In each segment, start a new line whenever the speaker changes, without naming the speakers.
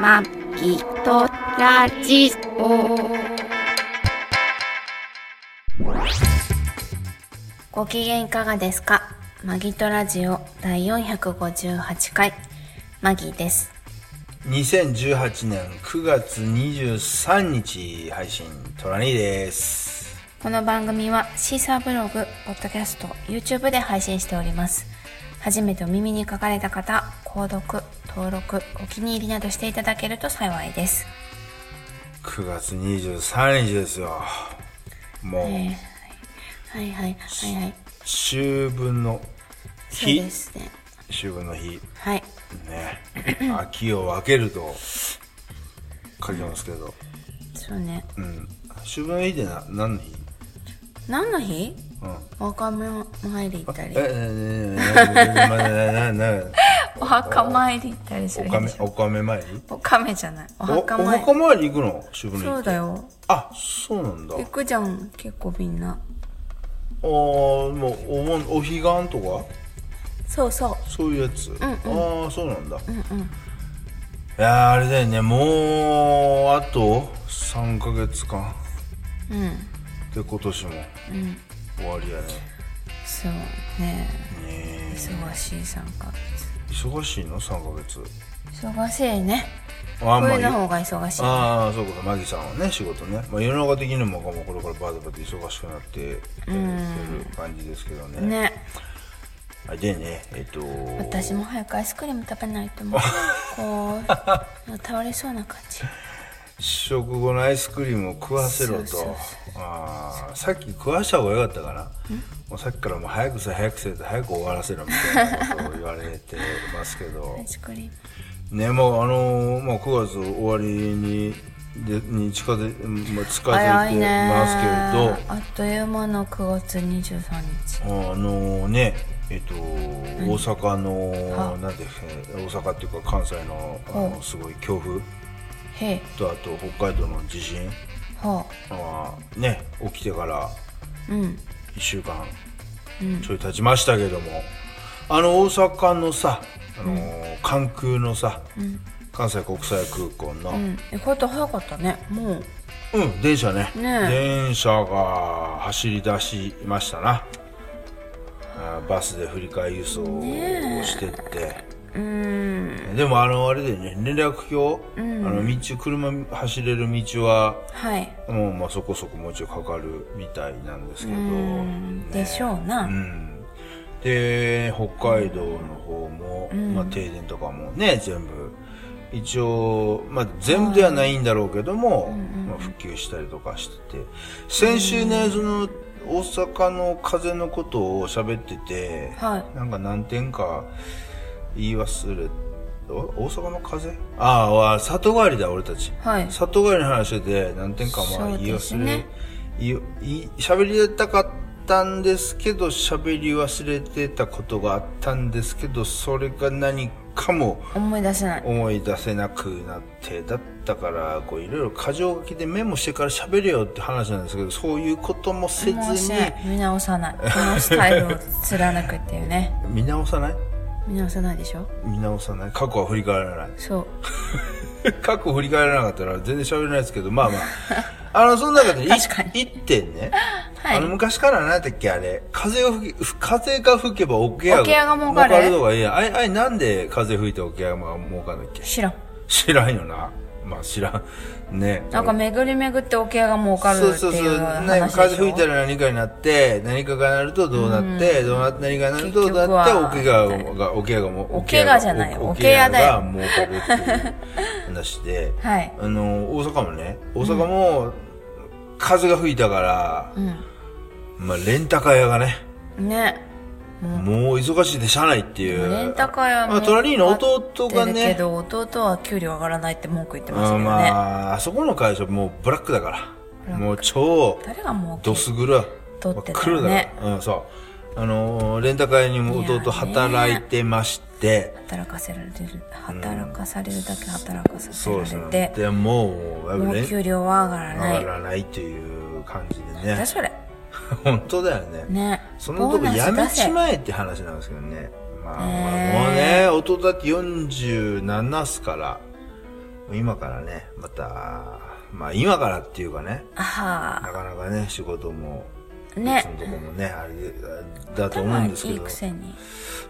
まきとラジオご機嫌いかがですかマギトラジオ第458回マギです
2018年9月23日配信トラニーです
この番組はシーサーブログ、ポッドキャスト、YouTube で配信しております。初めてお耳に書かれた方、購読、登録、お気に入りなどしていただけると幸いです。
9月23日ですよもう
はいはいはいはい。
秋分の
そう
日
ですね。
秋分の日
はい。
ね秋を分けると書きますけど
そうね。
うん秋分の日ってな何の日
何の日
うん
お墓参り行ったり。
えええ
お墓参り行ったりす
え
る
お
日
か
で
め
しょ。
おかめ参り
おかめじゃない。お
おお
墓参り
墓。参り行くの秋分の日
そうだよ。
あそうなんだ
行くじゃん、結構みんな。
ああもうお盆お彼岸とか
そうそう。
そういうやつ、ああそうなんだ、い
うんうん。
やーあれだよねもうあと3ヶ月間
うん。
で今年も
うん。
終わりやね
そうね。
ねえ
忙しい3ヶ月。
忙しいの3ヶ月
忙しいね。
あ
冬
ま
の
あ
方が忙しい。は
ああそういうことマギさんはね仕事ね、まあ、世の中的にももうこれからバタバタ忙しくなってえーってる感じですけどね
ね。
あでねえっと
私も早くアイスクリーム食べないと もう、こう、倒れそうな感じ。
試食後のアイスクリームを食わせろと
そうそうそう
あーさっき食わした方がよかったかなもうさっきからもう早くせ早くせって早く終わらせろみたいなことを言われてま すけど
アイスクリーム。
ねもうあのーまあ、9月終わりにでに近づいまあ近づ
早
い
い
て
ね
ますけれど
あっという間の9月23日。
あのねえっと、大阪の
あ
なんていうかね大阪っていうか関西のあの
お
すごい強風
へい、
とあと北海道の地震
ほ
あーね起きてから
う。うん。
1週間
うん
ちょい経ちましたけども、あの大阪のさ、あのー関空のさ、関西国際空港の、う
うんん。意外と早かったね。もう。
電車ね
ね
電車が走り出しましたなあーバスで振り替え輸送をしてって、
うーん。
でもあのあれだよね連絡票、あの道車走れる道は
はい。
もうまあそこそこもうちょいかかるみたいなんですけど、
うん。でしょうな。
うん、で北海道の方も、まあ、停電とかもね全部一応、まあ、全部ではないんだろうけども、まあ、復旧したりとかしてて先週ねその大阪の風のことを喋ってて、
はい。
なんか何点か言い忘れお大阪の風ああわ里帰りだ俺たち
はい。
里帰りの話してて何点かま
そ
あ
う
言い
です
忘
ね
れ、言い言い喋りたかったんですけど喋り忘れてたことがあったんですけどそれが何かも
思い出せない。
思い出せなくなってだったからこういろいろ箇条書きでメモしてから喋れよって話なんですけどそういうこともせず
もうし
に
ない。見直さない。このスタイルを貫くっていうね。
見直さない
見直さないでしょ
見直さない過去は振り返らない
そう。
過去振り返らなかったら全然喋れないですけど、まあまあ。あの、その中で い
確かに
一点ね。
はい
あの、昔から何だっけ、あれ。風が吹き、風が吹けば桶屋が。
桶屋が儲かる
とかいいやん。あれ、あれなんで風吹いて桶屋が儲かるんだっけ
知らん。
知らんよな。まあ知らん。ね。
なんか巡り巡って桶屋が儲かるっていう話でし
そ
ょ
うそうそう。ね、風吹いたら何かになって、何かがなるとどうなって、どうな何かがなるとどうなって、
結局は
おけがが、おけがも、
おけがじゃない
おけが
おけやだよ
が儲かるっていう話で、
はい。
あの大阪もね大阪も風が吹いたから、まあ、レンタカー屋がね、
うん。ね。
もう忙しいでしゃあないっていう
レンタカー屋
まあ、トラリーの弟が
出るけ
ね
ど、弟は給料上がらないって文句言って
あ
ましたけどね。
まああそこの会社もうブラックだからもう超
誰が儲け
ドス黒い
取ってたよ
黒だ
ね
から、うん、そうあのレンタカー屋にも弟働いてまして
働かせられる、働かされるだけ働かさせ
そうです
られ
ね
て、
でもうやっ
も
ぱ
う
レン
給料は上がらな
上
い。
がらないという感じで
だ
ね
それ。
本当だよね
ね。
そのとこ
ボーナ
や
ス
め
出せ
ちまえって話なんですけどね。まあ、
ねえ
もうね、弟だって47っすから、今からね、また、まあ今からっていうかね、
あは
なかなかね、仕事も、
あね
別のとこもね、あれだと思
頭
う
い
んですけ
い
ど。
くせに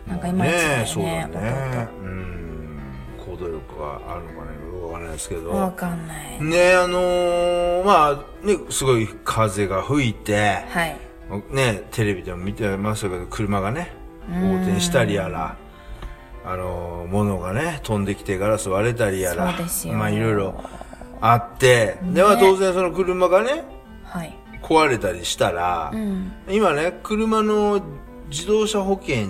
なんかいまいちだよ
ね
ね
そうだね。うん。行動力があるのかね、よくわからないですけ
弟わ
ど。
かんない、
ねあのーまあ、ね、すごい風が吹いて、
はい
ね、テレビでも見てましたけど、車がね、横転したりやら、あの、物がね、飛んできてガラス割れたりやら、
そうですよ
まあいろいろあって、では当然その車がね、
はい
壊れたりしたら、
うん
今ね、車の自動車保険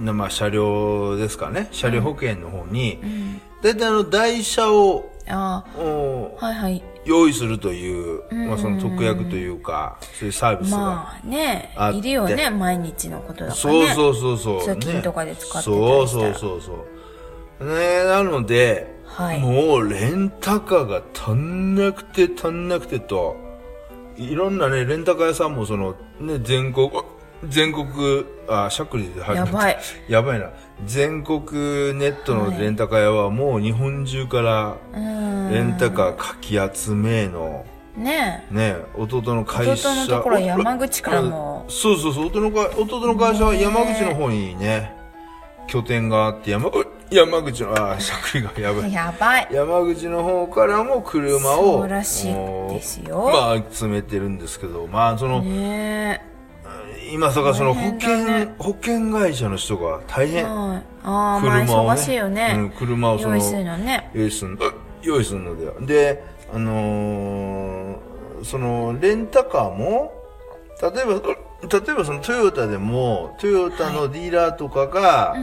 の、まあ車両ですかね、車両保険の方に、
うん
だいたいあの台車を、
あ
お
あはいはい
用意するという、まあその特約というか、そういうサービスが。
まあね
あって
いるよね毎日のことだからね
そうそうそうそう。
通勤
ね
とかで使ってたりした
そう
ら
そうそうそう。ねなので、
はい
もうレンタカーが足んなくて足んなくてと、いろんなね、レンタカー屋さんもその、ね、全国、全国、あ、しゃっくりで始
や
めた
ばい。
やばいな。全国ネットのレンタカー屋はもう日本中から
うん
レンタカーかき集めの、
ね
ね、弟の会社
弟のところは山口からも
そうそうそう弟のか弟の会社は山口の方にね拠点があって山山口のあーしゃくりがやば
え
い
やばい
山口の方からも車を
そうらしいですよ
もうまあ詰めてるんですけどまあその、
ね
今さかその保
大変
険、
だ
保険会社の人が大
え
変、
はいああまあ
車をね
忙しいよね、
うん車をそ
用
の
意するのね
用意すん用意するのではであのーそのレンタカーも例えば例えばそのトヨタでもトヨタのディーラーとかが、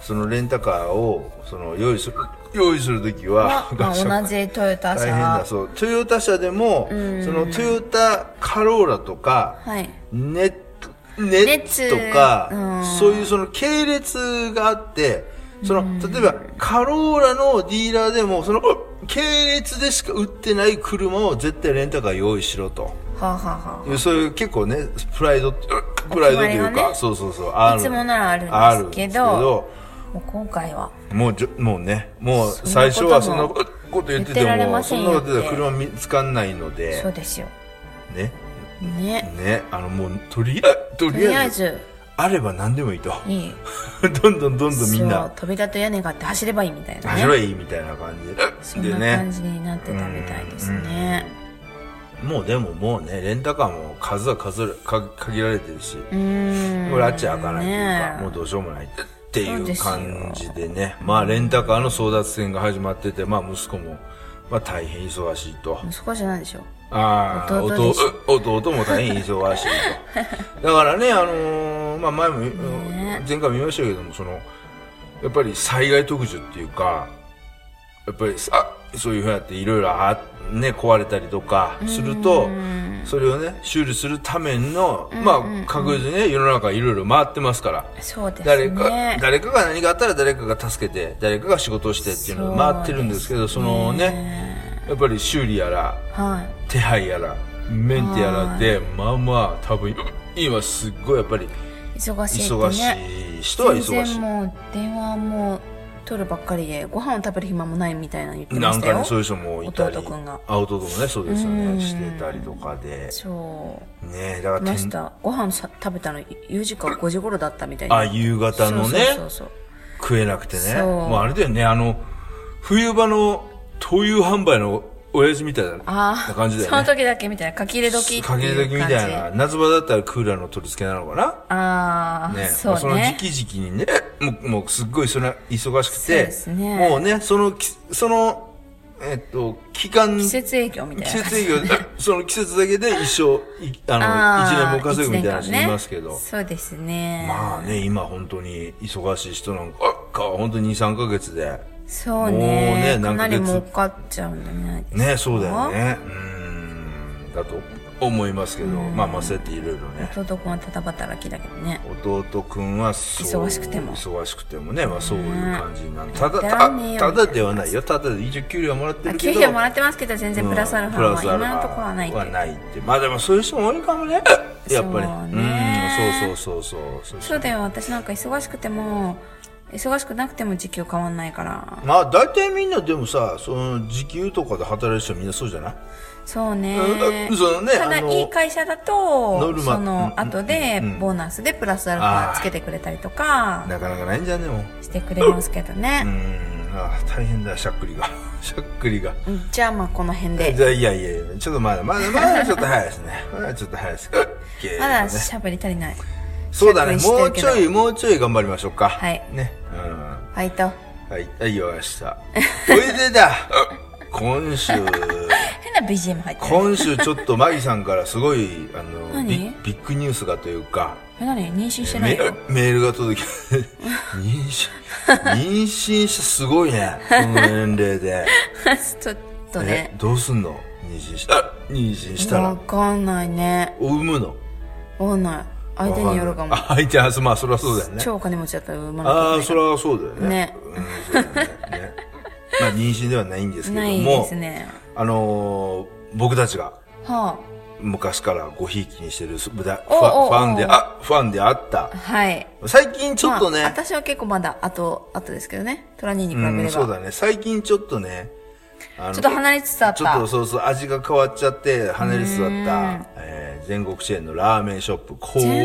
そのレンタカーをその用意する用意するときは
ま、ま
合宿
あ、同じトヨタ
大変だ
さ
そうトヨタ車でもそのトヨタカローラとか
はい
ネットネッ
熱
トとか、
うん
そういうその系列があって、その、例えばカローラのディーラーでも、その系列でしか売ってない車を絶対レンタカー用意しろと。
はあ、はあは
そういう結構ね、プライドって、プライドという
お決まり
か、
がね
そうそうそう、あ
いつもならあるんです
あるんですけ
けど
ど、
あ、もう今回は
もうじょ、もうね、もう最初はそ
そんな
の
こ
こと言
言
って
って
て
られ
も、
ま
そ
せん
ん
よ
な
って
こと言ったら車見つかんないので
そう、ですよ
ね、
ね
ね、あのもう、とりあえず、と
と
り
りあ
あ
え
えず、
ず
あれば何でもいいと。
いい
どんどんどんどんみん
そう
な、
飛び立て屋根があって走ればいいみたいな
面
ね
白いみたいな感
そ
じ
んな
で。で
感
ね。
じになってたみたいですね
もうでももうね、レンタカーも数は数るか限られてるし、
うーん
これあっち開かないという
ね
か、もうどうしようもないって
そう
い
で
う
すよ
感じでね。まあレンタカーの争奪戦が始まってて、まあ息子も、まあ大変忙しいと。
少しなんでしょう
ああ、
弟で
弟
し
弟も大変忙しい と。だからね、あのーまあ前も、前回も言いましたけども、その、やっぱり災害特需っていうか、やっぱりさ、そういうふうになっていろいろあ、ね、壊れたりとかすると、それをね、修理するための、まあ確実にね、世の中いろいろ回ってますから。
そうですね
誰か、誰かが何かあったら誰かが助けて、誰かが仕事をしてっていうのが回ってるんですけど、そのね、やっぱり修理やら、
はい
手配やらメンテやらでまあまあ多分今すっごいやっぱり
忙しいってね
忙しい人は忙
全
し
然もう電話も取るばっかりでご飯を食べる暇もないみたいなの言って
い
ま
な
し
ん
た
か
よ
ねそういう人もいたり
弟くんが
あ弟もねそうですよ
うん
ねしてたりとかで
そう
ねえだから
いまして
ん
たご飯さ食べたの4時か5時頃だったみたいな
あ夕方の
そ
ね
うそうそう
食えなくてね
そう
もうあれだよねあの冬場の灯油販売の親父みたいな
ああ
感じだよね
その時だけみたいな書き入れ時っていう
か
感
け
じ
時みたいな夏場だったらクーラーの取り付けなのかな
ああ、
ね、
そうね
その時期時期にね、もう、もうすっごいその忙しくて、
そうですね
もうね、そのき、その、えっと、期間、
季節営業みたい
季
な感じ
節営業、 その季節だけで一生、いあの、一年も稼ぐみたいな人いますけど、
一年間ねそうですね
まあね、今本当に忙しい人なんかが、本当に2、3ヶ月で、
そう
もう
ねか
ね何
な
ヶ
り
月
儲かっちゃうんじゃないですか
ね、そうだよね、うーん、だと思いますけど、まあまあそうやっていろいろね、
弟君はただ働きだけどね
弟くんはそう
忙しくても
忙しくてもね、まあ、そういう感じになる、ただ
だ
た
ね
ただではないよただで一応給料もらって
あ
る
給
けど
料もらってますけど全然
うん
プラスアルファは今のところはない
プ
と
ラスアルファはないってまあでもそういう人も多いかもねやっぱり
そうね
うんそうそうそうそうそう
そうだよ私なんか忙しくても忙しくなくても時給変わんないから
まあ大体みんなでもさその時給とかで働いてる人みんなそうじゃない
そうね
うんそのね
ただ
あの
いい会社だ
ノ
と
ルマ
その後で
うん
ボーナスでプラスアルファつけてくれたりとか
なかなかないんじゃねもう
してくれますけど
う
ね、
ーんああ大変だしゃっくりが しゃっくりが
じゃあまあこの辺
じ
で
ゃあいやいやいやちょっとまだまだまだちょっと早いですね まだちょっと早いですけど
まだ
ね
喋り足りないフ
そうだね
しゃっ
も
く
う
りして
ち
る
ょ
け
いもうちょい頑張りましょうか
はい
ねうん
ァイト
はい、はい、よーした。おいでだ 今週、
変な BGM 入ってる
今週ちょっとマギさんからすごい、あの、ビ
何
ッビッグニュースがというか、
え何妊娠してない
メ
よ
メールが届き、妊娠、妊娠したすごいね。この年齢で。
ちょっと
え
ね、
どうすんの妊娠した、 妊娠した
わ
ら。
かんないね
お産むの
わかんない相手によるかも
あ、相手は、まあそりゃそうだよね。
超お金持ちだったら産まなきゃいけない
ああ、そりゃそうだよね。
ね
うん、そうだよね。ねまあ妊娠ではないんですけども。
ないですね
あのー僕たちが
は
昔からごひいきにしてるすぶだ
お
フ
うおうお
ァ
う
ファンで、あ、ファンであった
あ。はい
最近ちょっと
まあ
ね、
私は結構まだ後後ですけどね虎兄に比べれば、
うん、
ち
そう
ょ
だね。最近ちょっとね、あの
っと離れつつあった
ちょっとそうそう、味が変わっちゃって、離れつつあった、えー全国チェーンのラーメンショップ、
全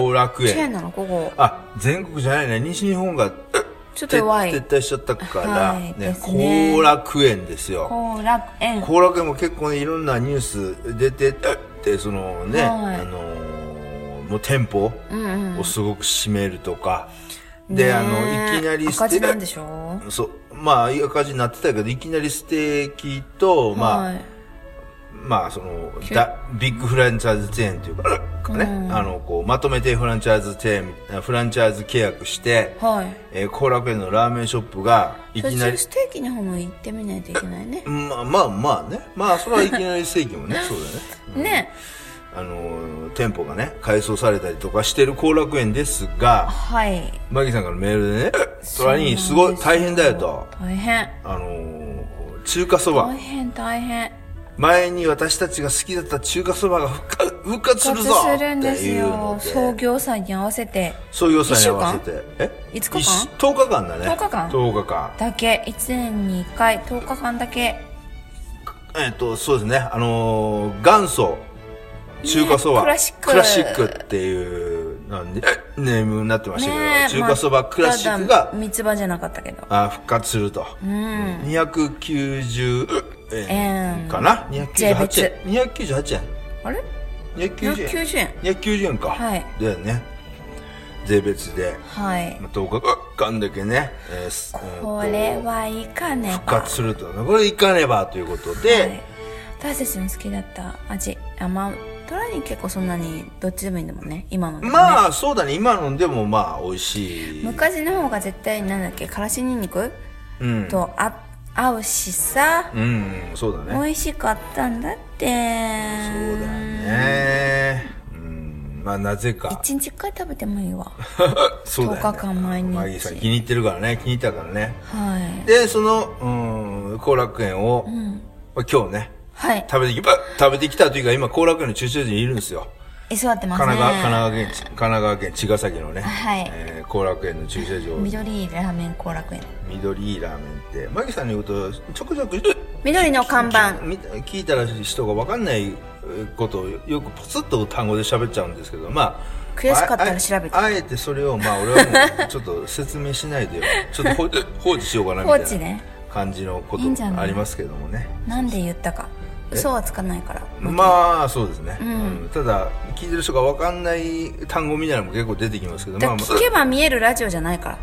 後楽
チェーン
園。
なのここ
あ、全国じゃないね。西日本が、
ちょっと弱い
撤撤退しちゃったから、
はいで
ね、
すね
後楽園ですよ。
後楽園
後楽園も結構ねいろんなニュース出てってそのね、
はい
あのーもう店舗
ん
をすごく閉めるとか、で、あのいきなり
赤字なんで
ょ
しょ
そうまあ赤字になってたけどいきなりステーキと、
は
まあ
い
まあそのだビッグフランチャーズチェーンというかかね、あのこうまとめてフランチャーズチェーンフランチャーズ契約して、
はい
えー後楽園のラーメンショップがい
そ
き
れ
なり
ステーキの方も行ってみないといけないね
まあまあまあねまあそれはいきなりステーキも ねそうだね
ね
あのー店舗がね改装されたりとかしてる後楽園ですが
はい
マギさんからメールでね「そらにすごい大変だよ」と
大変
あのー中華そ
大
ば
変大変
前に私たちが好きだった中華そばが復活復活する
復
ぞ
活するん
っ
で
て
す
いうの
よ
で
創業祭に合わせて
創業祭に合わせてえ
五日間
一10日間だね
10日間
10日間
だけ1年に1回10日間だけ
えっとそうですねあのー元祖中華そ
ね
ば、
クラシック
クラシックっていうなんでえネームになってましたけど、
ねえ
中華そばクラシック
まあ
が
ただ三つ葉じゃなかったけど
あ復活すると。
うん
290円
円
かな
税別
?298 円。298円。
あれ
290円。
190円
290円か。
はい
だよね。税別で、
はい
まあ10日間だけね。えーす
これはいかねば
復活すると。これいかねばということで、
はい私たちの好きだった味あまあトラに結構そんなにどっちでもいいんだもんね今のでもね、
まあそうだね、今のでもまあ美味しい。
昔の方が絶対なんだっけからしにんにく
うん。
とあ合うしさ、
うん、そうだね。
美味しかったんだって
そうだよね。うん、まあな ぜか。
一日一回食べてもいいわ
そうだよね。
10日間毎日
マギーさん気に入ってるからね、気に入ったからね。
はい
で、その、うん、後楽園を、まあ今日ね、
はい
食べてき、ば食べてきたというか、今、後楽園の駐車場にいるんですよ。
居座ってます
神
ね
奈川、神奈川県ち、神奈川県茅ヶ崎のね、
はい
えー後楽園の駐車場、
緑ラーメン後楽園
緑いいラーメンって、マギさんの言うこと、ちょくちょく、
緑の看板
み聞いたら人がわかんないことをよくポツッと単語で喋っちゃうんですけどまあ
悔しかったら調べて
あああえてそれをまあ俺はもうちょっと説明しない でちょっと放放置しようかなみ
放
た
置
いな
ね
感じのこ
いいんじゃ
と
ない
ありますけどもね
なんで言ったか嘘はつかないから
まあそうですね、
ん
うんただ聞いてる人がわかんない単語みたいなのも結構出てきますけど
だ
ま
か
あ、
ら
まあ、
聞けば見えるラジオじゃないから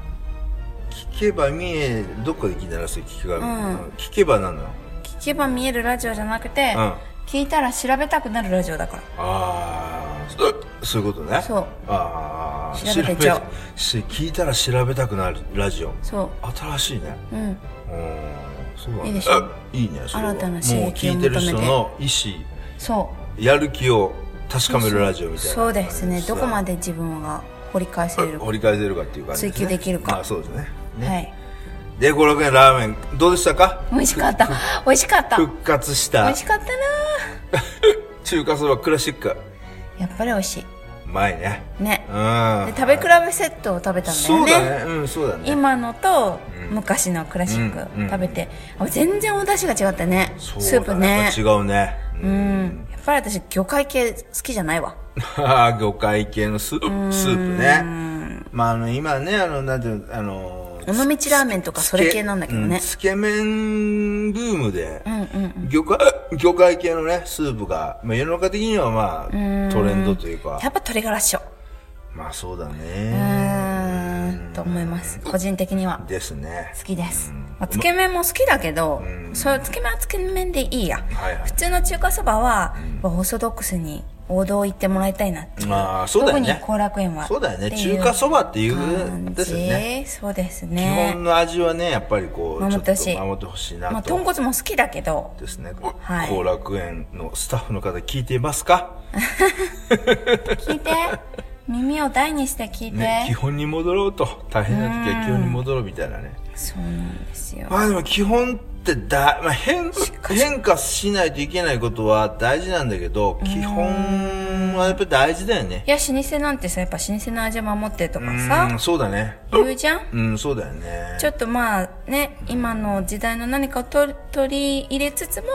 聞けば見えどっかで聞いたらそれ聞けば、
うん
聞けばなんだろう
聞けば見えるラジオじゃなくて、
うん
聞いたら調べたくなるラジオだから
ああそそういうことね
そう
ああ
調べてっちゃおう
し聞いたら調べたくなるラジオ
そ
新しいね
ううん
うんそうだね
いいでしょ
あいいねそれは
新たな
も
刺
う
激を
聞いてる人の意思
そ
やる気を確かめるラジオみ
う
たいな
そうですねどこま
で
で自分が掘り返せるか
折り返せるかっていう感じすね
追求できるか
まあそうですねね
はい
で五楽園ラーメンどうでしたか
美味しかった美味しかった美
復活した
味しかったな
中華そばクラシック
やっぱり美味しい
ままいね
ね
う、
で
ん
食べ比べセットを食べたんだよ
そう
ね
だねうんそうだね
今のと
うん
昔のクラシッ
うんう
ク
ん
食べて、あ全然お出汁が違ったね
そうだ
スープね
やっぱ違うねう
うんんやっぱり私魚介系好きじゃないわ
魚介系のスープスープねまああの今ねあのなんていうのあの
尾道ラーメンとかそれ系なんだけどね
うつけ麺ブームで、
うんうん
魚介 魚介系のねスープが、まあ、世の中的にはまあトレンドというか
やっぱ鶏ガラッシュ
まあそうだ
う
ね
ーんと思います個人的には
ですね
好きです、まあ、つけ麺も好きだけど、そうつけ麺はつけ麺でいいや、
はいはい
普通の中華そばは、オーソドックスに王道行ってもらいたいなっていう
まあそうだよね
特に後楽園は
そうだよね
ってい
中華そばっていう
感じ
ですよね
そうです
基
ね
本の味はねやっぱりこう
守
ちょ
っ
ってと
ほしい
守ってほしい
ま
な
あ
と
豚骨も好きだけど
ですね
はい
後楽園のスタッフの方聞いていますか
聞い て耳を大にして聞いて、
ね基本に戻ろうと大変な時は基本に戻ろうみたいなね
そうなんですよ
まあでも基本ってだ、まあ、変変化しないといけないことは大事なんだけど基本はやっぱり大事だよね
いや老舗なんてさやっぱ老舗の味を守ってるとか
うん
さ
そうだね
言うじゃん
うんそうだよね
ちょっとまあね今の時代の何かを取り取り入れつつも、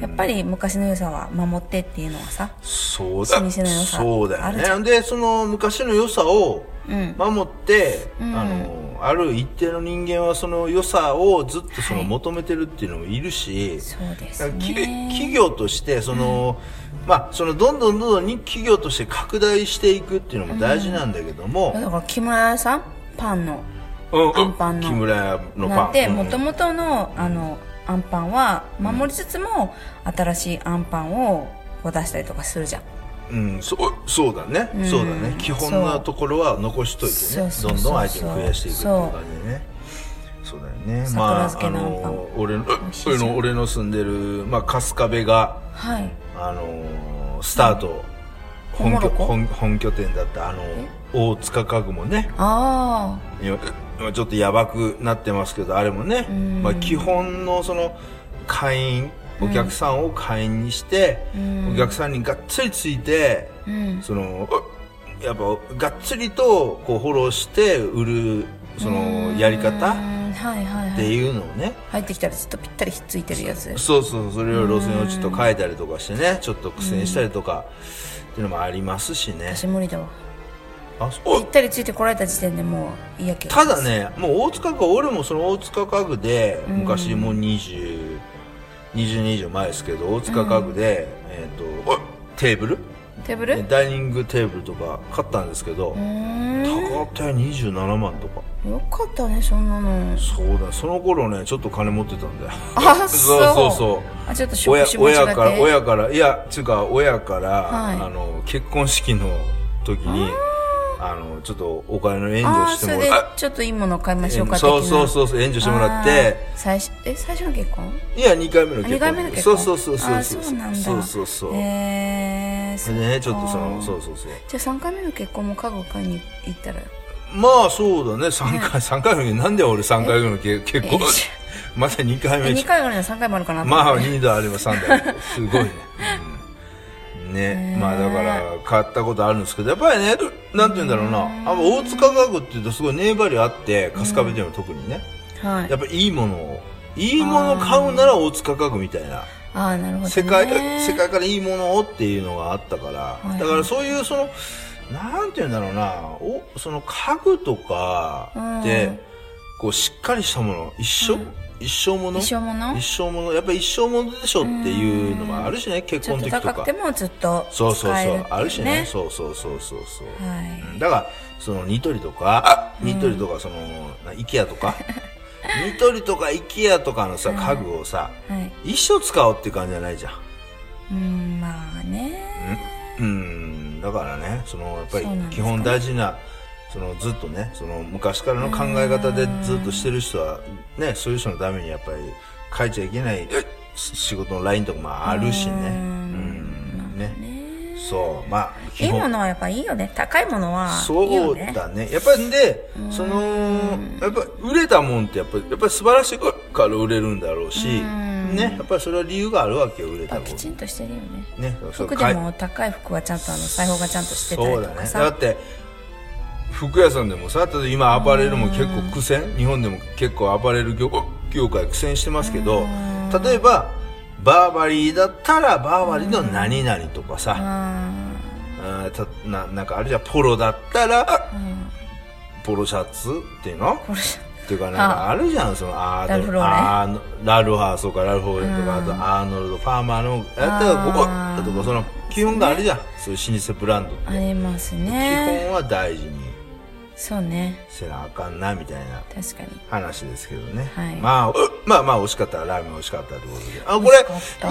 やっぱり昔の良さは守ってっていうのはさ
そうだ
老舗の良さ
そうだ
あるじ
よねでその昔の良さを守って、あのある一定の人間はその良さをずっとその
はい
求めてるっていうのもいるし、
そうです
だから企企
ね
業としてその、まあそのどんどんどんどんに企業として拡大していくっていうのも大事なんだけども、
だから木村屋さんパンの
うん
アンパンの
木村屋のパ
な
ン
んて
うん
もともとのあのアンパンは守りつつも、新しいアンパンをこう出したりとかするじゃん
うん、そそうだね、そうだね基本のところは残しといてね
そう
どん
そうそうそ
ど
うん
アイテム増やしていくっていう感じでねそうだよね
桜
まあ
漬
あ
けのあんぱん
の俺の
味しいじゃ
俺
ん
の俺の住んでる、まあ、春日部が
はい
あのスタート、
うん
本拠
おもろこ
本本拠点だったあの大塚家具もね
あ
今今ちょっとやばくなってますけどあれもね、
ん
まあ、基本のその会員お客さんを会員にして、お客さんにがっつりついて、
あうん
そのやっぱがっつりとこうフォローして売るそのやり方
う
っ
んはいはいは
て
い
いうのをね
入ってきたらずっとぴったりひっついてるやつ
そうそうそれを路線をちょっと変えたりとかしてねちょっと苦戦したりとかっていうのもありますしね
私無理だわ
あそ
ぴったりついてこられた時点でもう嫌けど
ただねもう大塚家具俺もその大塚家具で
ん
昔もう2020年以上前ですけど大塚家具で、えっとテーブル
テーブル
ね
う
ダイニングテーブルとか買ったんですけど
ーん
高かったよ27万とか
よかったねそんなの
そうだその頃ねちょっと金持ってたんだよ
あ
そうそうそ
あちょっと
う親
職種間違
親から
って
親からいやつうか親から、
はい
あの結婚式の時にあのちょっとお金の援
あ
助
あ
して
それ
も
で
ら
ちょっといいもの買いま
え
しょうか的な
そうそうそうそう援助してもらって
あー最初え最初の結婚
いや2回目の
あ
結婚
二回目の結婚
そうそうそうそう
あそうなんだ
そうそうそう
えー、そ
で
っか
ねちょっとそのそうそうそう
じゃあ3回目の結婚も家具を買いに行ったら
まあそうだね3回三回目なんで俺3回目の結結
え
婚 また2回目
2回があるのは3回もあるかなと思って
まあ2度あれば3度あ ればすごいね。うんね、まあだから買ったことあるんですけどやっぱりねなんて言うんだろうなあんま大塚家具っていうとすごいネーバリューあって春日部店は特にね
はい
やっぱいいものをいいものを買うなら大塚家具みたいな
ああなるほど、ね、
世界世界からいいものをっていうのがあったから
い
だからそういうそのなんて言うんだろうなおその家具とかって
うん
こうしっかりしたもの一生一生もの
一生もの
一生ものやっぱり一生ものでしょっていうのもあるしね結
ちょ
婚
っ
の
と
時と
高く
か
てもずっと使
そうそうそう
えるっていう、ね、
あるしねそうそうそうそうそう
はい
うんだからそのニトリとかニトリとかそのな IKEA とかニトリとか IKEA とかのさ家具をさ
はい
一生使おうって感じじゃないじゃん
うんまあね
うんだからねそのやっぱり
そうなんですか
基
ね
本大事なそのずっとねその昔からの考え方でずっとしてる人はねそういう人のためにやっぱり書いちゃいけないし仕事のラインとかもあるしねうんね
ね
そうまあ
い
基
いも
本
のはやっぱいいよね高いものはいい
そ
よ
う
ね
だねやっぱりでそのやっぱ売れたもんってやっぱりやっぱり素晴らしいから売れるんだろうし
うん
ね、やっぱりそれは理由があるわけよ、売れた
ぱ
方
きちんとしてるよね
ね、そう
服
か
で
い
も高い服はちゃんとあの裁縫がちゃんとしてたり
そう
と
だ
か
ね
さ
だって服屋さんでもさ例えば今アパレルも結構苦戦日本でも結構アパレル業業界苦戦してますけど例えばバーバリーだったらバーバリーの何々とかさ
うん
あーたななんかあれじゃんポロだったらポロシャツっていうの
これじゃ
っていうかなんかあるじゃんそのア
ラル
ーノ
フ
ル
ローレン
アーノラルファーそうかラルフォーレンとかあとアーノルドパーマーのやったらここ
あー
だとかその基本があるじゃんそういう老舗ブランドって
あります
基
ね
本は大事に
そうね
せなあかんなみたいな
確かに
話ですけどね、
はい
まあうまあまあ惜しかったらラーメン惜しかったってことであこれ
惜しかった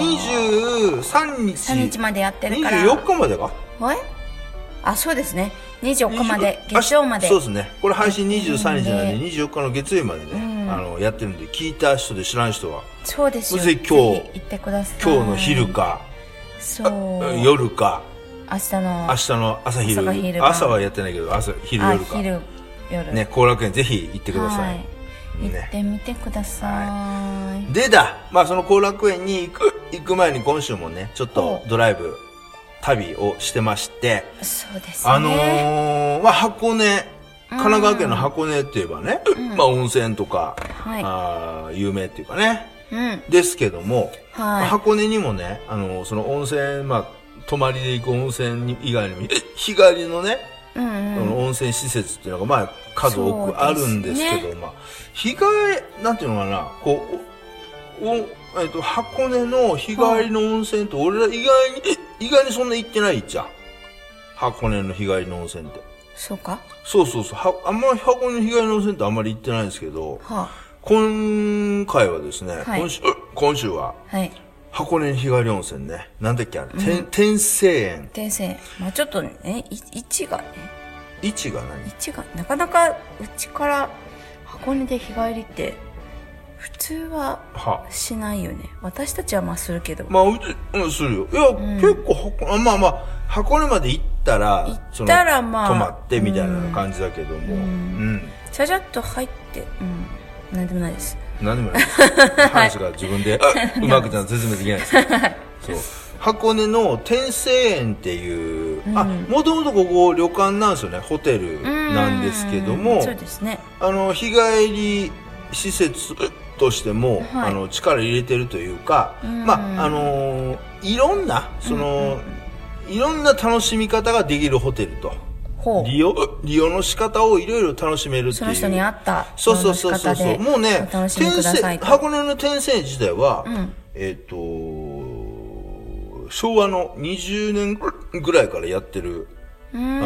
23日
3日までやってるから
24日までか
はいあそうですね24日まで
20
月曜まで
あそうですねこれ配信23日なんで24日の月曜日までね、あのやってるんで聞いた人で知らん人は
そうですよ
ぜひ今日
ぜひ行ってください
今日の昼か、
そう明
夜か
日の
明日の朝昼
朝が昼晩
朝はやってないけど朝昼
あ
夜か
昼夜
ね後楽園ぜひ行ってください、
はい、
ね
行ってみてください、
でだ、まあその後楽園に行く、行く前に今週もね、ちょっとドライブ、旅をしてまして、
そうですね
あのー、まあ箱根、神奈川県の箱根って言えばね、まあ温泉とか、
はい
あー有名っていうかね、
うん
ですけども、まあ
はい
箱根にもね、あのーその温泉、まあ泊まりで行く温泉に以外にも、え日帰りのね、
うんうん
その温泉施設っていうのが、まあ、数多くあるんですけ
そう
ど、まあ、日帰り、なんていうのかな、こう、お、おえっ、と、箱根の日帰りの温泉って、俺ら意外に、え意外にそんな行ってないじゃん。箱根の日帰りの温泉って。
そうか
そうそうそう。はあんまり箱根の日帰りの温泉ってあんまり行ってないんですけど、
は
今回はですね、
はい
今週、今週は、
あはい
箱根の日帰り温泉ね。なんだっけあれ、天、天聖園。
天性まあちょっとねい位置がね
位置が何
位置がなかなかうちから箱根で日帰りって普通は
は
しないよね私たちはまあするけど、
まあ、うち、うん、するよ。いや、結構箱、あまあまあ、箱根まで行ったら、
行ったらまあ
その泊まってみたいな感じだけども、うん。
ちゃちゃっと入ってうんなんでもないです
何でもな いです。話が自分で、あうまくちゃんと説明できな いです。そう。箱根の天聖園っていう、あ、もともとここ旅館なんですよね。ホテルなんですけど
うん
も、
そうですね
あの、日帰り施設としても、
はい
あの、力入れてるというか、
ん
まあ、あのーいろんな、その、いろんな楽しみ方ができるホテルと、
ほう
利用、利用の仕方をいろいろ楽しめるっていう。
その人に合った
そうそうそうそうそう。もうね、
お楽しみください
天聖
と
箱根の天聖自体は、
ん
えっ、と、昭和の20年ぐらいからやってる、
う
あ
ん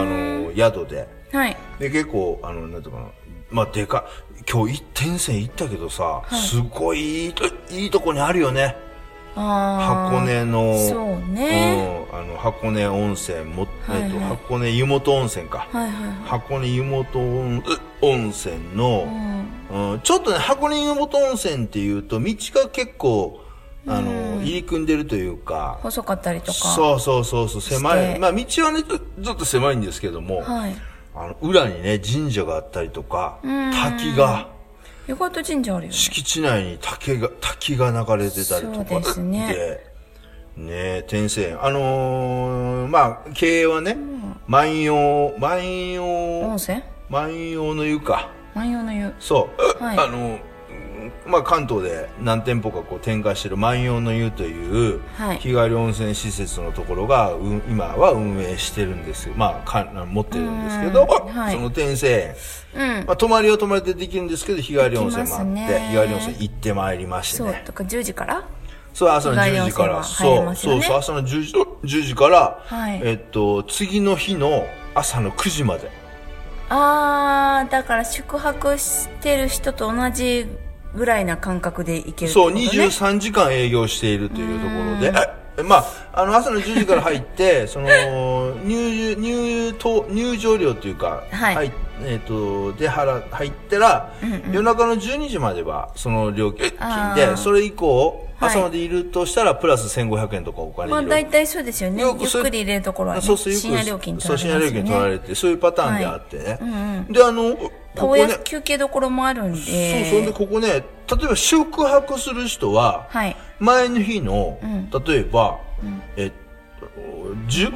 のー宿で、
はい
で、結構、あの、なんていうかな。まあ、でか、今日、天線行ったけどさ、すごいいいと、いいとこにあるよね。
あー
箱根の、
そうね、
うん、あの、箱根温泉も、
はいはい
えっと、箱根湯本温泉か。
はいはいはい
箱根湯本温温泉の、うん、ちょっとね、箱根湯本温泉っていうと、道が結構、あの、入り組んでるというか、
細かったりとか
そうそうそうそう、狭
して
い。まあ、道はね、ちょちょっと狭いんですけども、
はい
あの、裏にね、神社があったりとか、滝が、
横と神社あるよね
敷地内に滝が、滝が流れてたりとか。
そうですね
でねえ、天聖園。あのー、まあ、経営はね、万葉、万
温
葉、
泉
万葉の湯か。
万葉の湯
そう。
はい
あの、まあ、関東で何店舗かこう展開してる万葉の湯という
はい
日帰り温泉施設のところが、うん今は運営してるんですよ。まあ、か持ってるんですけど、
うんはい
その天聖園。
うん
まあ、泊まりは泊まりでできるんですけど、日帰り温泉もあって、
できますね
日帰り温泉行ってまいりまして
そう
ね。
とか10時から
そう、朝の
日帰り
10
温
時か
泉
ら、
は
そ
入れ
う、
ます
そ
よ
う
ね
そう、朝の10時、10時から、
はい
えっと、次の日の朝の9時まで。
あーだから宿泊してる人と同じぐらいな感覚で行けるってこ
そ
と
う、
ね
23時間営業しているというところで、えまあ、あの、朝の10時から入って、 その、入、入、と入場料というか、
はい
入っえっ、と、出払、入ったら、夜中の12時までは、その料金
あー
で、それ以降、
はい
朝までいるとしたら、プラス1500円とかお金
まあ
入れる
大体そうですよねゆ
よ
っ
くそう
くり入れるところは、ね、
そうそうよく
深夜料金取
そう
ら
深夜料
れ
金
ます
取ら
よね
れてそういうパターンであってね、であのここ
顔
ね
や休憩どころもあるんで
そうそんでここね例えば宿泊する人は、
はい
前の日の、
うん
例えば、
うん
えっと15、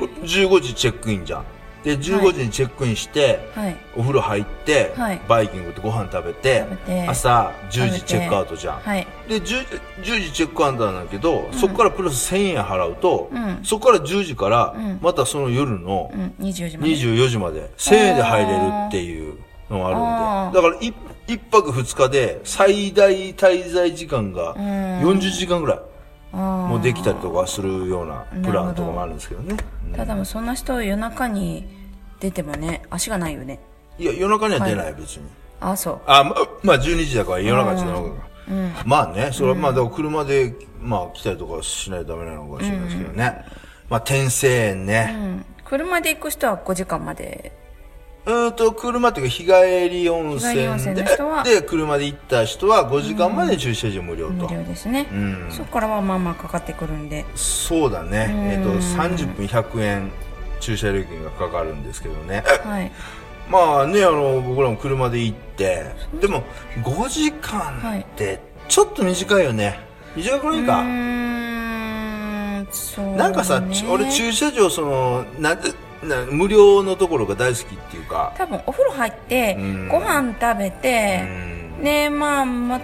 15時チェックインじゃん。で、15時にチェックインして、
はい
お風呂入って、
はい
バイキングでご飯食べて
食べて
朝10
食べ
時
て
チェックアウトじゃん、
はい
で 10, 10時チェックアウトなんだけど、そこからプラス1000円払うと、
うん
そこから10時から
うん
またその夜の
うん24時まで
24時まで1000円で入れるっていうのがあるんでだから一一泊二日で最大滞在時間が40時間ぐらいも
も
うできたりとかするようなプランとかもあるんですけどねうん
ただもうそんな人夜中に出てもね足がないよね
いや夜中には出ない別に。
あそう
あ、ま、まあ、12時だから夜中じゃなくまあね、それはまあ、だから車で、まあ、来たりとかしないとダメなのかもしれないですけどね。まあ、天聖園
う
ね。
ん車で行く人は5時間まで
うーんと、車っていうか、日帰り温
日帰り
泉
温泉
で
の人は、
で、車で行った人は5時間まで駐車場無料
無
と。
料ですね、
ん
そこからはまあまあかかってくるんで
そうだね。えっと、30分100円駐車料金がかかるんですけどね。
はい
まあね、あの、僕らも車で行って、でも、5時間って、ちょっと短いよね。短くないうか。
ーんそう、ね、
なんかさ、ち俺駐車場そのなな無料のところが大好きっていうか、
多分お風呂入って
うん
ご飯食べ
う
て
ん
ねまあま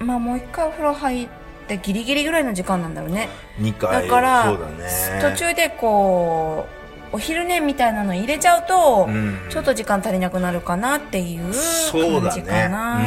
まあもう一回お風呂入ってギリギリぐらいの時間なんだろうね
2回
だから、
そうだね
途中でこうお昼寝みたいなの入れちゃうと、
うん
ちょっと時間足りなくなるかなっていう
そう
感
だ
じかな
ね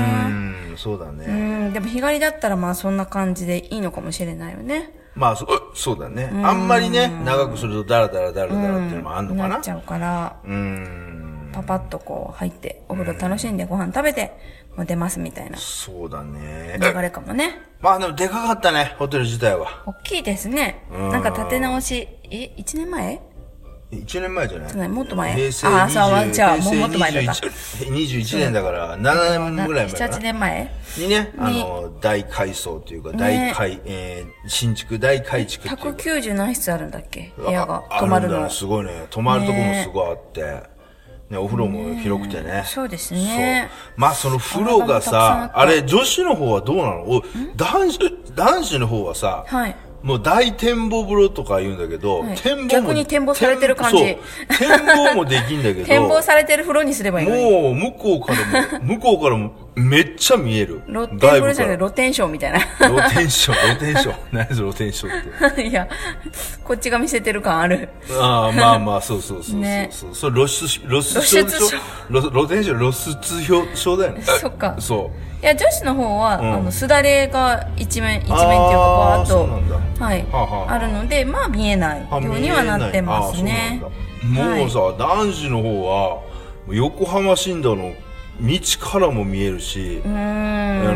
うんそうだ
う
ね、
んでも日帰りだったらまあそんな感じでいいのかもしれないよね
まあそそうだねあんまりね長くするとダラダラダラダラっていうのもあんのか
な
な
っちゃうから
うん
パパッとこう入ってお風呂楽しんでご飯食べてもう出ますみたいな
そうだね
流れかもね
まあでもでかかったねホテル自体は
大きいですね
うん
なんか立て直しえ1年前
1年前じゃない
そうだねもっと前
平成
あーそう
20
じゃあ
平成
もっと前だった
21 21年だから7年ぐらい前かな
78年前
にね、あの、大改装というか、大改、えー新築、大改築っていうか。
190何室あるんだっけ部屋が
あ
泊まる
あんだ
の
ねすごいね。泊まるとこもすごいあって、ねお風呂も広くてね。
そうですね
そう。まあ、その風呂がさ、あ
あれ
れ、女子の方はどうなのお男子、男子の方はさ、
はい
もう大展望風呂とか言うんだけど、
はい
展望も
逆に展望されてる感じ
そう展望もできんだけど、
展望されてる風呂にすればいいのに
もう向こうから も、向こうからもめっちゃ見える。
露天風呂
外
じゃな くて
部から
露天商みたい
ローテンション、ローテンション。何それローテンションって。
ないやこっちが見せてる感ある
ああ、まあまあ、そうそうそうそう。
ね
そうそれ露出し、露出症でしょ
露出症
露露天症、露出症症だよね。
そっか
そう。
いや女子の方は、
ん
あのすだれが一面一面っていうか
あー
バーッ
そうなんだ
とはい
はあはあ
あるのでまあ見えないよ
あ
うにはなってますね
見えないああそうなんだ
はい
もうさ、男子の方は、横浜新道の道からも見えるし、
うー
あ
ん
の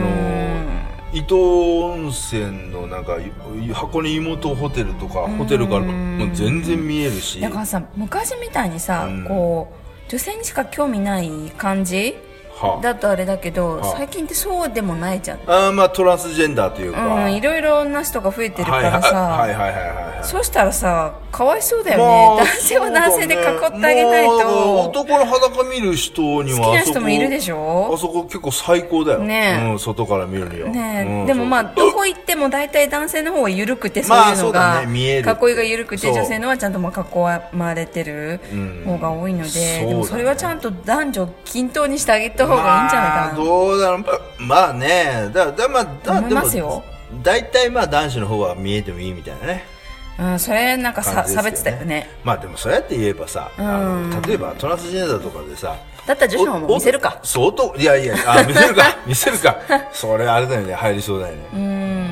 ー、伊東温泉のなんか、い箱根湯本ホテルとか、ホテルからも全然見えるし。
だからさ昔みたいにさ、
うん
こう女性にしか興味ない感じ
はあ
だとあれだけど、
はあ
最近ってそうでもないじゃん
あーまあ、トランスジェンダーというか。
うんいろいろな人が増えてるからさ、
はいはいはいはいはいはい。
そうしたらさかわいそうだよ
ま
ね
あ
男性は男性で囲ってあげない
そうだねもう
と
男の裸見る人には
好きな人もいるでし
ょ
ょ
あそこ結構最高だよ。
ねえ
うん、外から見るには。
ねえ、
うん
でもまあ
そ
ど
う
こ行っても大体男性の方は緩くてそう
まあ
いうの
そう
が、
だね見える
囲いが緩くて
そう
女性のはちゃんとまあ囲まれてる
ん
方が多いので、
そうだね
でもそれはちゃんと男女均等にしてあげた方がいいんじゃない
まあ
かな、
どうだろう。まあまあね、だ、だ、まあ、だ、
思いますよ
でも。大体まあ男子の方は見えてもいいみたいなね。
うん、それなんかさ、
感じです
差別だよね
まあでもそうやって言えばさ、あ
うん
の例えばトランスジェンダーとかでさ、
だったら女子の方も見せるか
おおそうと、いやいや、あ、見 せるか、見せるか。それあれだよね、入りそうだよね。
うん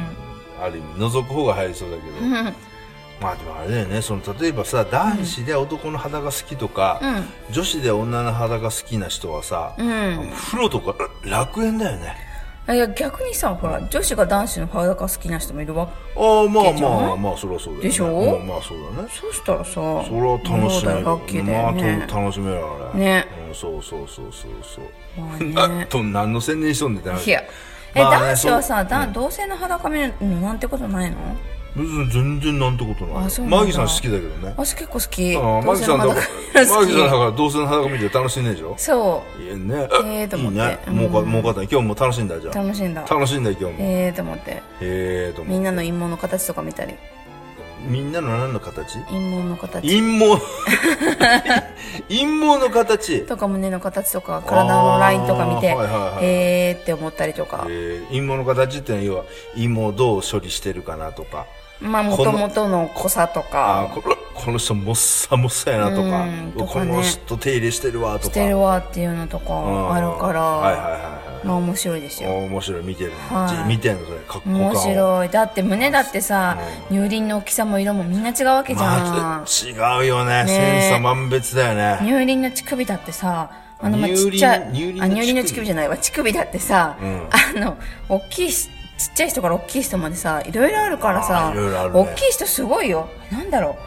ある意味、覗く方が入りそうだけど。
うん
まあでもあれだよねその例えばさ男子で男の肌が好きとか、女子で女の肌が好きな人はさ、
ん
風呂とか楽園だよね
いや逆にさほら女子が男子の裸好きな人もいるわ
ああまあ
いけちゃう
まあまあそりゃそうだよ、ね、
でしょ
まあまあそうだね
そうしたらさそれ
それは楽しめる
ラッキーだよね
まあ、と楽しめるあれ
ね
うん、そうそうそうそうそう、
まあ
あと何の宣伝しとんねんって話
いやえ、
まあね
男子はさ、
そう
だ同性の裸見るのなんてことないの
別に全然なんてことない
あそう
よ
なんだ
マギさん好きだけどね
私結構好き
ああマギさんだ
同
か
性の
ら
裸
マギさんだ
好
から同性の裸見て楽しんでんでしょ
きそう
いやね
ええと
い
思
い
って
ねもうかもうかったね今日も楽しんだじゃん
楽しんだ
楽しんだ今日もへ
ええと思って
えと
み
思うん
なの陰謀の形とか見たり
みんなの何の形
陰謀の形
陰 謀陰謀の形
とか胸の形とか体のラインとか見て
あーはいはいはい
ええって思ったりとか
えー陰謀の形っていうのは要は陰謀をどう処理してるかなとか
まあもともとの濃さと
あ
か
ーこのこの人もっさもっさやなとか
うんとか
こ
ね
の人手入れしてるわと
し
か
てるわっていうのとかあるか
はいはい
ら
はいはい
まあ面白いですよ
面白い見てるね、
はい
じ見てんのそれ格好感を
面白いだって胸だってさ乳輪の大きさも色もみんな違うわけじゃ
ま
ん
あ、違うよね
ね
千差万別だよね
乳輪の乳首だってさあのまあ
乳
ち
輪
っちゃいあ
乳
乳
輪の乳首
輪の乳首じゃないわ乳首だってさ、
ん
あの大きいしちっちゃい人から大きい人までさいろいろあるからさ
あーいろいろあるね
大きい人すごいよなんだろ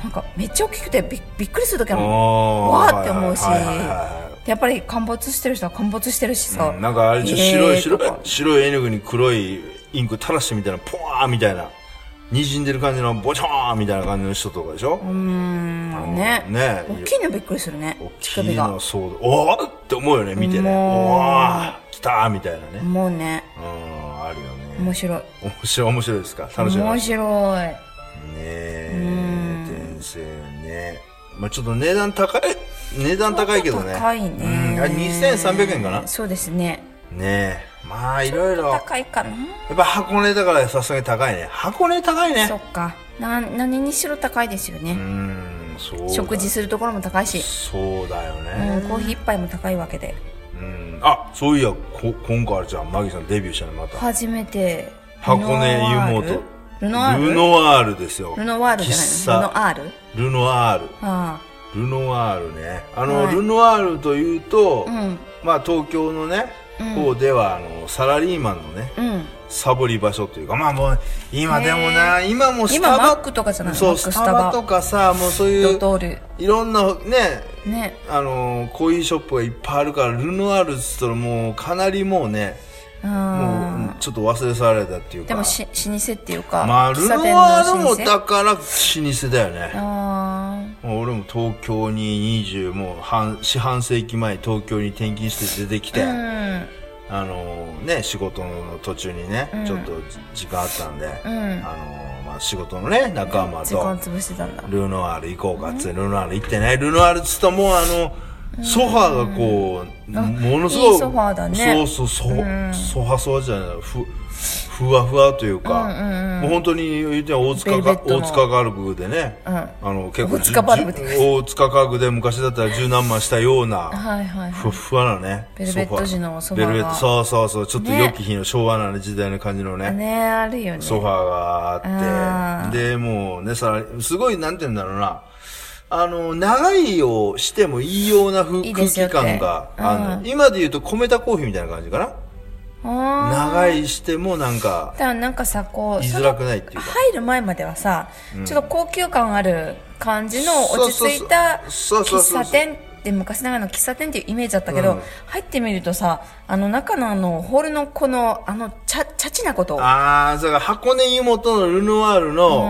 うなんかめっちゃ大きくてびっびっくりする時あるもん
わ
わーって思うし
はいはいはいはい
やっぱり陥没してる人は陥没してるしさ、
うんなんかあれでしょ
えー
白い、
と
白い
か、
白い絵の具に黒いインク垂らしてみたいな、ポワーみたいな、滲んでる感じの、ボチョーンみたいな感じの人とかでしょ
うーんまあね
ね
大きいのびっくりするね
大
乳
きい
首が
の、そう、おーって思うよね、見て
も
ね。
う
おー来たーみたいなね。
もうね
うん、あるよね。
面白い
面白い、面白いですか楽しみま
面
し
白い
たねえ、天性ね。まあちょっと値段高い、 値段高いけどね。
高いね
うんあ2300円かな
そうですね
ねえ。まあいろいろ。や
高いかな
っぱ箱根だからさすがに高いね。箱根高いね。
そっかな何にしろ高いですよね、
うーんそうだ
食事するところも高いし、
そうだよ
う
ね、
ん、コーヒー一杯も高いわけで
うん、あそういやこ今回あれじゃんマギさんデビューしたねまた
初めて
箱根湯本
ルノワール
ル
ルノ
ノワールですよ
ワールじゃないのル
喫茶
ノアール
ルノワール
あ
ルノワールねあの、
はい
ルノワールというと、
あうん
まあ東京のね方ではあのサラリーマンのね
うん
サボり場所というかまあもう今でもな今もス
今
タ
マッ
バ
クとかじゃないの
そ
マ
う
ック
ス
ス
タ
タ
バと
バ
かさもうそうい
ド
う
トール
いろんなね
ね
あのーコーヒーショップがいっぱいあるからルノアールっつったらもうかなりもうねも
あ
うちょっと忘れ去られたっていう
あ
か
でもし老舗っていうか、
まあル
喫茶
ノ
店
アール
の老
も
舗
だから老舗だよね
あ
もう俺も東京に20もう半四半世紀前東京に転勤して出てきて、
あうん
あのーね仕事の途中にね、ちょっと時間あったんで、
ん
あのーまあ、仕事のね仲間
時
と
間潰してたんだ
ルノアール行こうかっつって、ルノアール行ってね、ルノアールっつったらもうあの、ソファーがこう、ものすご
い
い
いソファーだね
そうそう、そうソファソファじゃないふ、ふわふわというか、もう本当に言って大塚
ベル
か
ベットの
大塚科学でね、あの結構
大塚科学
じゅじゅ大塚科学で昔だったら十何万したような、
はいはい
ふわふわなね、
ベルベット地のソファーが
ベルベット、そうそうそう、ちょっと
ね
良き日の昭和な時代の感じのね、
ねあるよね
ソファーがあって、で、もうね、さら、すごい、なんて言うんだろうな、あの、長いをしてもいいようなふ
いいで
空
すよ
気
って
感が、あの、今で言うと米田コーヒーみたいな感じかな
ああ
長いしてもなんか、
だからなんかさこう
居づらくないっていうか。
入る前まではさ、ちょっと高級感ある感じの
そう
落
そうそう
ち着いた
そうそう
喫
そう
茶店って昔ながらの喫茶店っていうイメージだったけど、入ってみるとさあの中のあのホールのこのあのちゃちゃちなことを
あー、だから箱根湯本のルノワールの、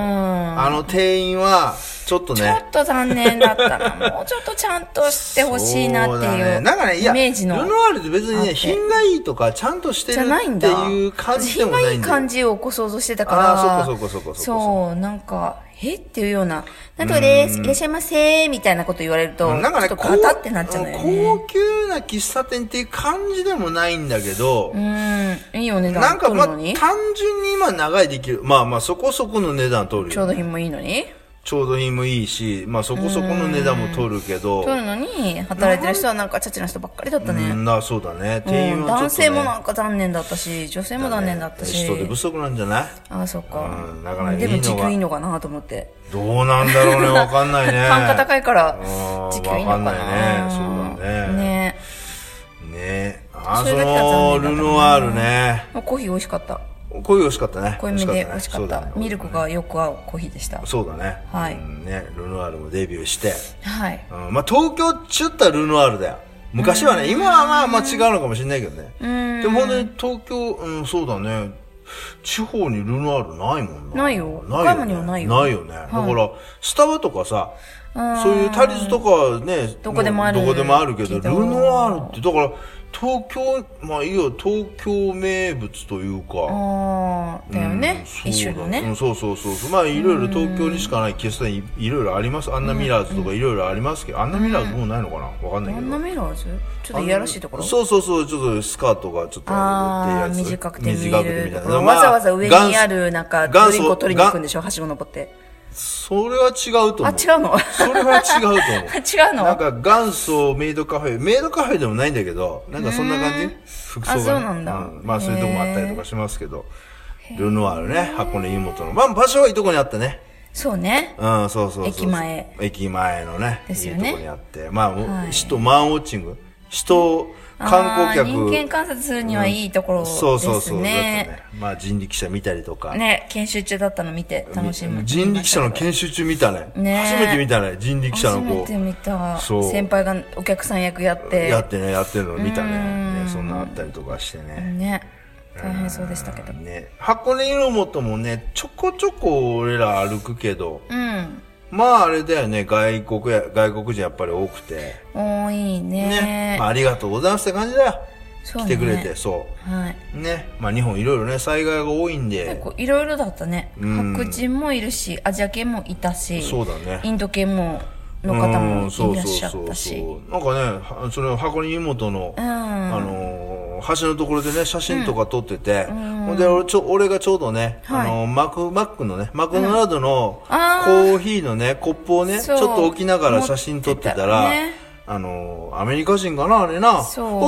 あの店員は、ちょっと
ちょ
ね。
っと残念だったなもうちょっとちゃんとしてほしいなって
そ
いう
だねなんかね、いや、
イメージの
ルノワールって別に
あって
ね、品がいいとか、ちゃんとして
じ
る
ゃないん
って
だ
いう感じでもないんだよ。
私品がいい感じをこう想像してたから
あーそうかそうかそうかそうか
そうなんかえっていうような「なんとかですいらっしゃいませ」みたいなこと言われると
なんかね、
ちょっとガタってなっちゃうのよね
高級な喫茶店っていう感じでもないんだけど、
うんいいよね
なんかまあ、
の
単
に
純に今長いできる。まあまあ、そこそこの値段取る
ちょう
よ。
ど品もいいのに
ちょうど品もいいし、まあそこそこの値段も取るけど、
取るのに働いてる人はなんかチャチな人ばっかりだった
う
ね
んな、そうだね。店
う
員
ん
はちょっと、ね。
男性もなんか残念だったし女性も残念だったし
人手不足なんじゃない
ああそっか
うんだからいいのが
でも時給いいのかなと思って
どうなんだろう ね、わかんないね。
単価高いから
うん
時給いいのかな
わかんないねそうだね
ね
ねあ
そ
ー、
れ
そ
だけは残念だ
の、
ったな
ルノワールね。
コーヒー美味しかった
濃い美味しかったね。
濃いめで美味しかっ
美味しかった
た
ね
ミルクがよく合うコーヒーでした
そうだね。
はい
うんね、ルノワールもデビューして。
はい
うん、まあ東京っちゅったらルノワールだよ。昔はね、今はまあまあ違うのかもしれないけどね。でも本当に東京、うん、そうだね。地方にルノアールないもんな。
ないよ
ない
岡
よ
山
ね
にはないよ
ないよね。だから、スタバとかさ、そういうタリズとかはね、
どこでもある
どこでもあるけど、
け
ル
ど
ノアールって、だから、東京、まあいいよ、東京名物というか、
ああだよね、
うん
一
そう
種
だ
の
う
ね
んそうそうそうそう。まあいろいろ東京にしかない喫茶店いいろいろあります。アンナミラーズとかいろいろありますけど、アンナミラーズもうないのかなわかんない
あ
け
んな。
ど
ミラーズちょっといやらしいところ
そうそうそう、ちょっとスカートがちょっと
ああ
れでってやつ
短くて見え
短くて
る
みた
と
い
こ
な
ろ、
ま
わざわざ上にあるなんか
元祖
ドリンクを取りに行くんでしょはしご登って
それは違うと思う。
あ違うの
それは違うと思う。
違うの
なんか元祖メイドカフェ、メイドカフェでもないんだけど、なんかそんな感じ服装が、ね。
あそうなんだ
まあそういうとこもあったりとかしますけど。ルノワールね、箱根湯本の。まあ場所はいいとこにあったね。
そうね
うん、そうそうそうそう。
駅前。
駅前のね、
ですよ
いい
ね
とこにあって。まあ、
はい
人、マンウォッチング。人、観光
あ
客。
ー人間観察するにはいいところですね、
そうそうそう。だってねまあ人力車見たりとか。
ね研修中だったの見て楽しむ
人力車の研修中見たね。
ね
初めて見たね。人力車の
初め
こ
て見た
そう
先輩がお客さん役やっ
う、
て
やってね、やってるの見た
う
ね。
ん
ねそんなあったりとかしてね。
ね大変そうでしたけど
ね、箱根湯本もね、ちょこちょこ俺ら歩くけど、
うん
まああれだよね、外国や、外国人やっぱり多くて、
おーいいね
ね、まあありがとうございますって感じだよ。
そう
来
ね
てくれて、そ。
はいう
ね、まあ日本いろいろね、災害が多いんで
結、構いろいろだったね
うん
白人もいるしアジア系もいたし
そうだね
インド系もの方
う
も
んそう
いら
そ
っ
う
しゃっ
そう
たし
そうなんかねはそれ箱根湯本の、
うん
あのー橋のところでね写真とか撮ってて、ほんで俺ちょ俺がちょうどね、
はい
あのーマクマックのねマクドナルドのコ
あー
ーヒーのねコップをねち
そ
ょ
う
っと置きながら写真撮ってたら
持ってたね
あのーアメリカ人かなあれな
そう
お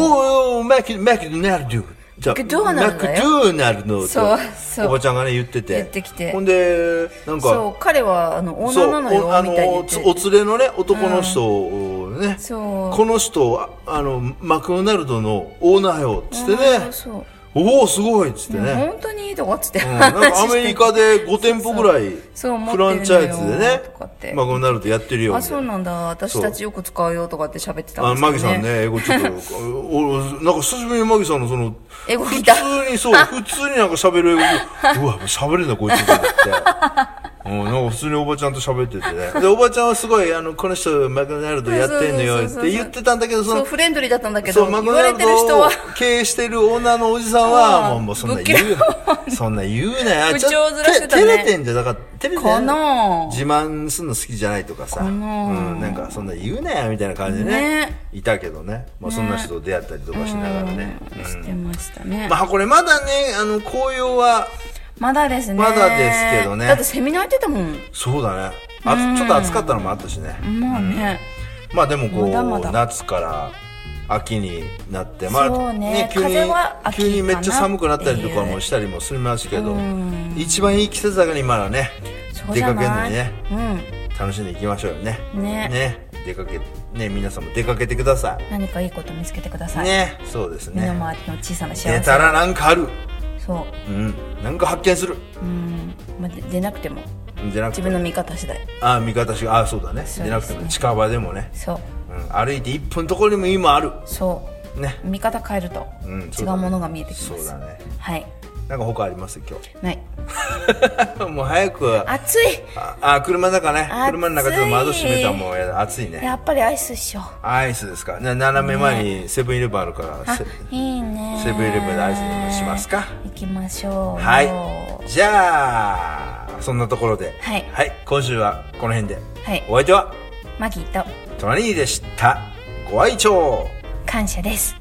うおうマクマクドナルドじゃ
マ
あ
クドナルド
マ
よ
クドナルドと
そうそう
おばちゃんがね言ってて
言ってきて
ほんでなんか
そう彼はあのオー
そ
ナー
う
なのよ
おあ
みたいに言
の
っ
つ
て
お連れのね男の人をね、
そう
この人ああのマクドナルドのオーナーよっつってね
そうそう
おおすごいっつって
もう
ね、
本当にいいとこっつって
うんなんか
話
ア
して
メリカで5店舗ぐらい
そう持って
フ
るの
ラ
よ
ンチャイズでね
とかって
マクドナルドやってるよ
あ
みたい
そうなんだ私たちよく使うよとかって喋ってた
あ
んですけど、ね、
マギさんね、英語ちょっと、おおなんか久しぶりにマギさんのその、
英語聞
普
いた
通に そう、普通になんか喋る英語で、うわ、喋るんだこいつ と思って。うん、なんか普通におばちゃんと喋っててね。で、おばちゃんはすごい、あの、この人、マクドナルドやってんのよ
そうそうそう
っ
そう
て言ってたんだけど、そ
そう
の、
フレンドリーだったんだけ
そ
ど
う、マ
言
クド
わ
ナ
れ
ル
てる人
ドを
は
経営してるオーナーのおじさんは、
あー
もう、もうそんな言うな。そんな言うなよ。
口調ずらしてた
ちょ
ね
照れてんじゃん、だから、照れてん
かな
自慢すんの好きじゃないとかさ、う
なあ
ん、なんかそんな言うなよみたいな感じでね
ね
いたけどね、まあ、そんな人と出会ったりとかしながらね、
うん してましたね、
まあこれまだねあの紅葉は
まだですね
まだですけどね
だってセミナー行ってたもん
そうだねあ
うん
ちょっと暑かったのもあったしね、
まあね、
まあでもこう
まだまだ
夏から秋になってまあ
そうね
急に
風は秋か
急
な
にめっちゃ寒くなったりとかもしたりもしますけど
ん
一番いい季節だから今はね
そう
出
じゃ
かけるの
ない
にね
うん
楽しんでいきましょうよね
ね
出かけね皆さんも出かけてください
何かいいこと見つけてください、
ねそうです
目
ね
の周りの小さな幸せ
出たらなんかある
そ
うんなんか発見する
ううん、まあ、で出なくても
じゃなく
自
て
分の味方次第
あ味方しあそうだ
そ
ね
うですね
じゃなくても近場でもね、
そう
うん、歩いて1分ところにも今ある
そう
ね
見方変えると
うん
違うものが見えてきます、
そうだね
はい
なんか他あります今日
ない
もう早くあ
暑い
あ車の中ね
暑い
車の中ちょっと窓閉めたらもうやだ暑いね
やっぱりアイスっしょ
アイスですかな斜め前にセブンイレブンあるから、
あ
セ
いいね
セブンイレブンでアイスでもしますか
行きましょう
はいじゃあそんなところで
はい
今週はこの辺で
はい
お相手は
マギーと
トナリーでしたご愛聴
感謝です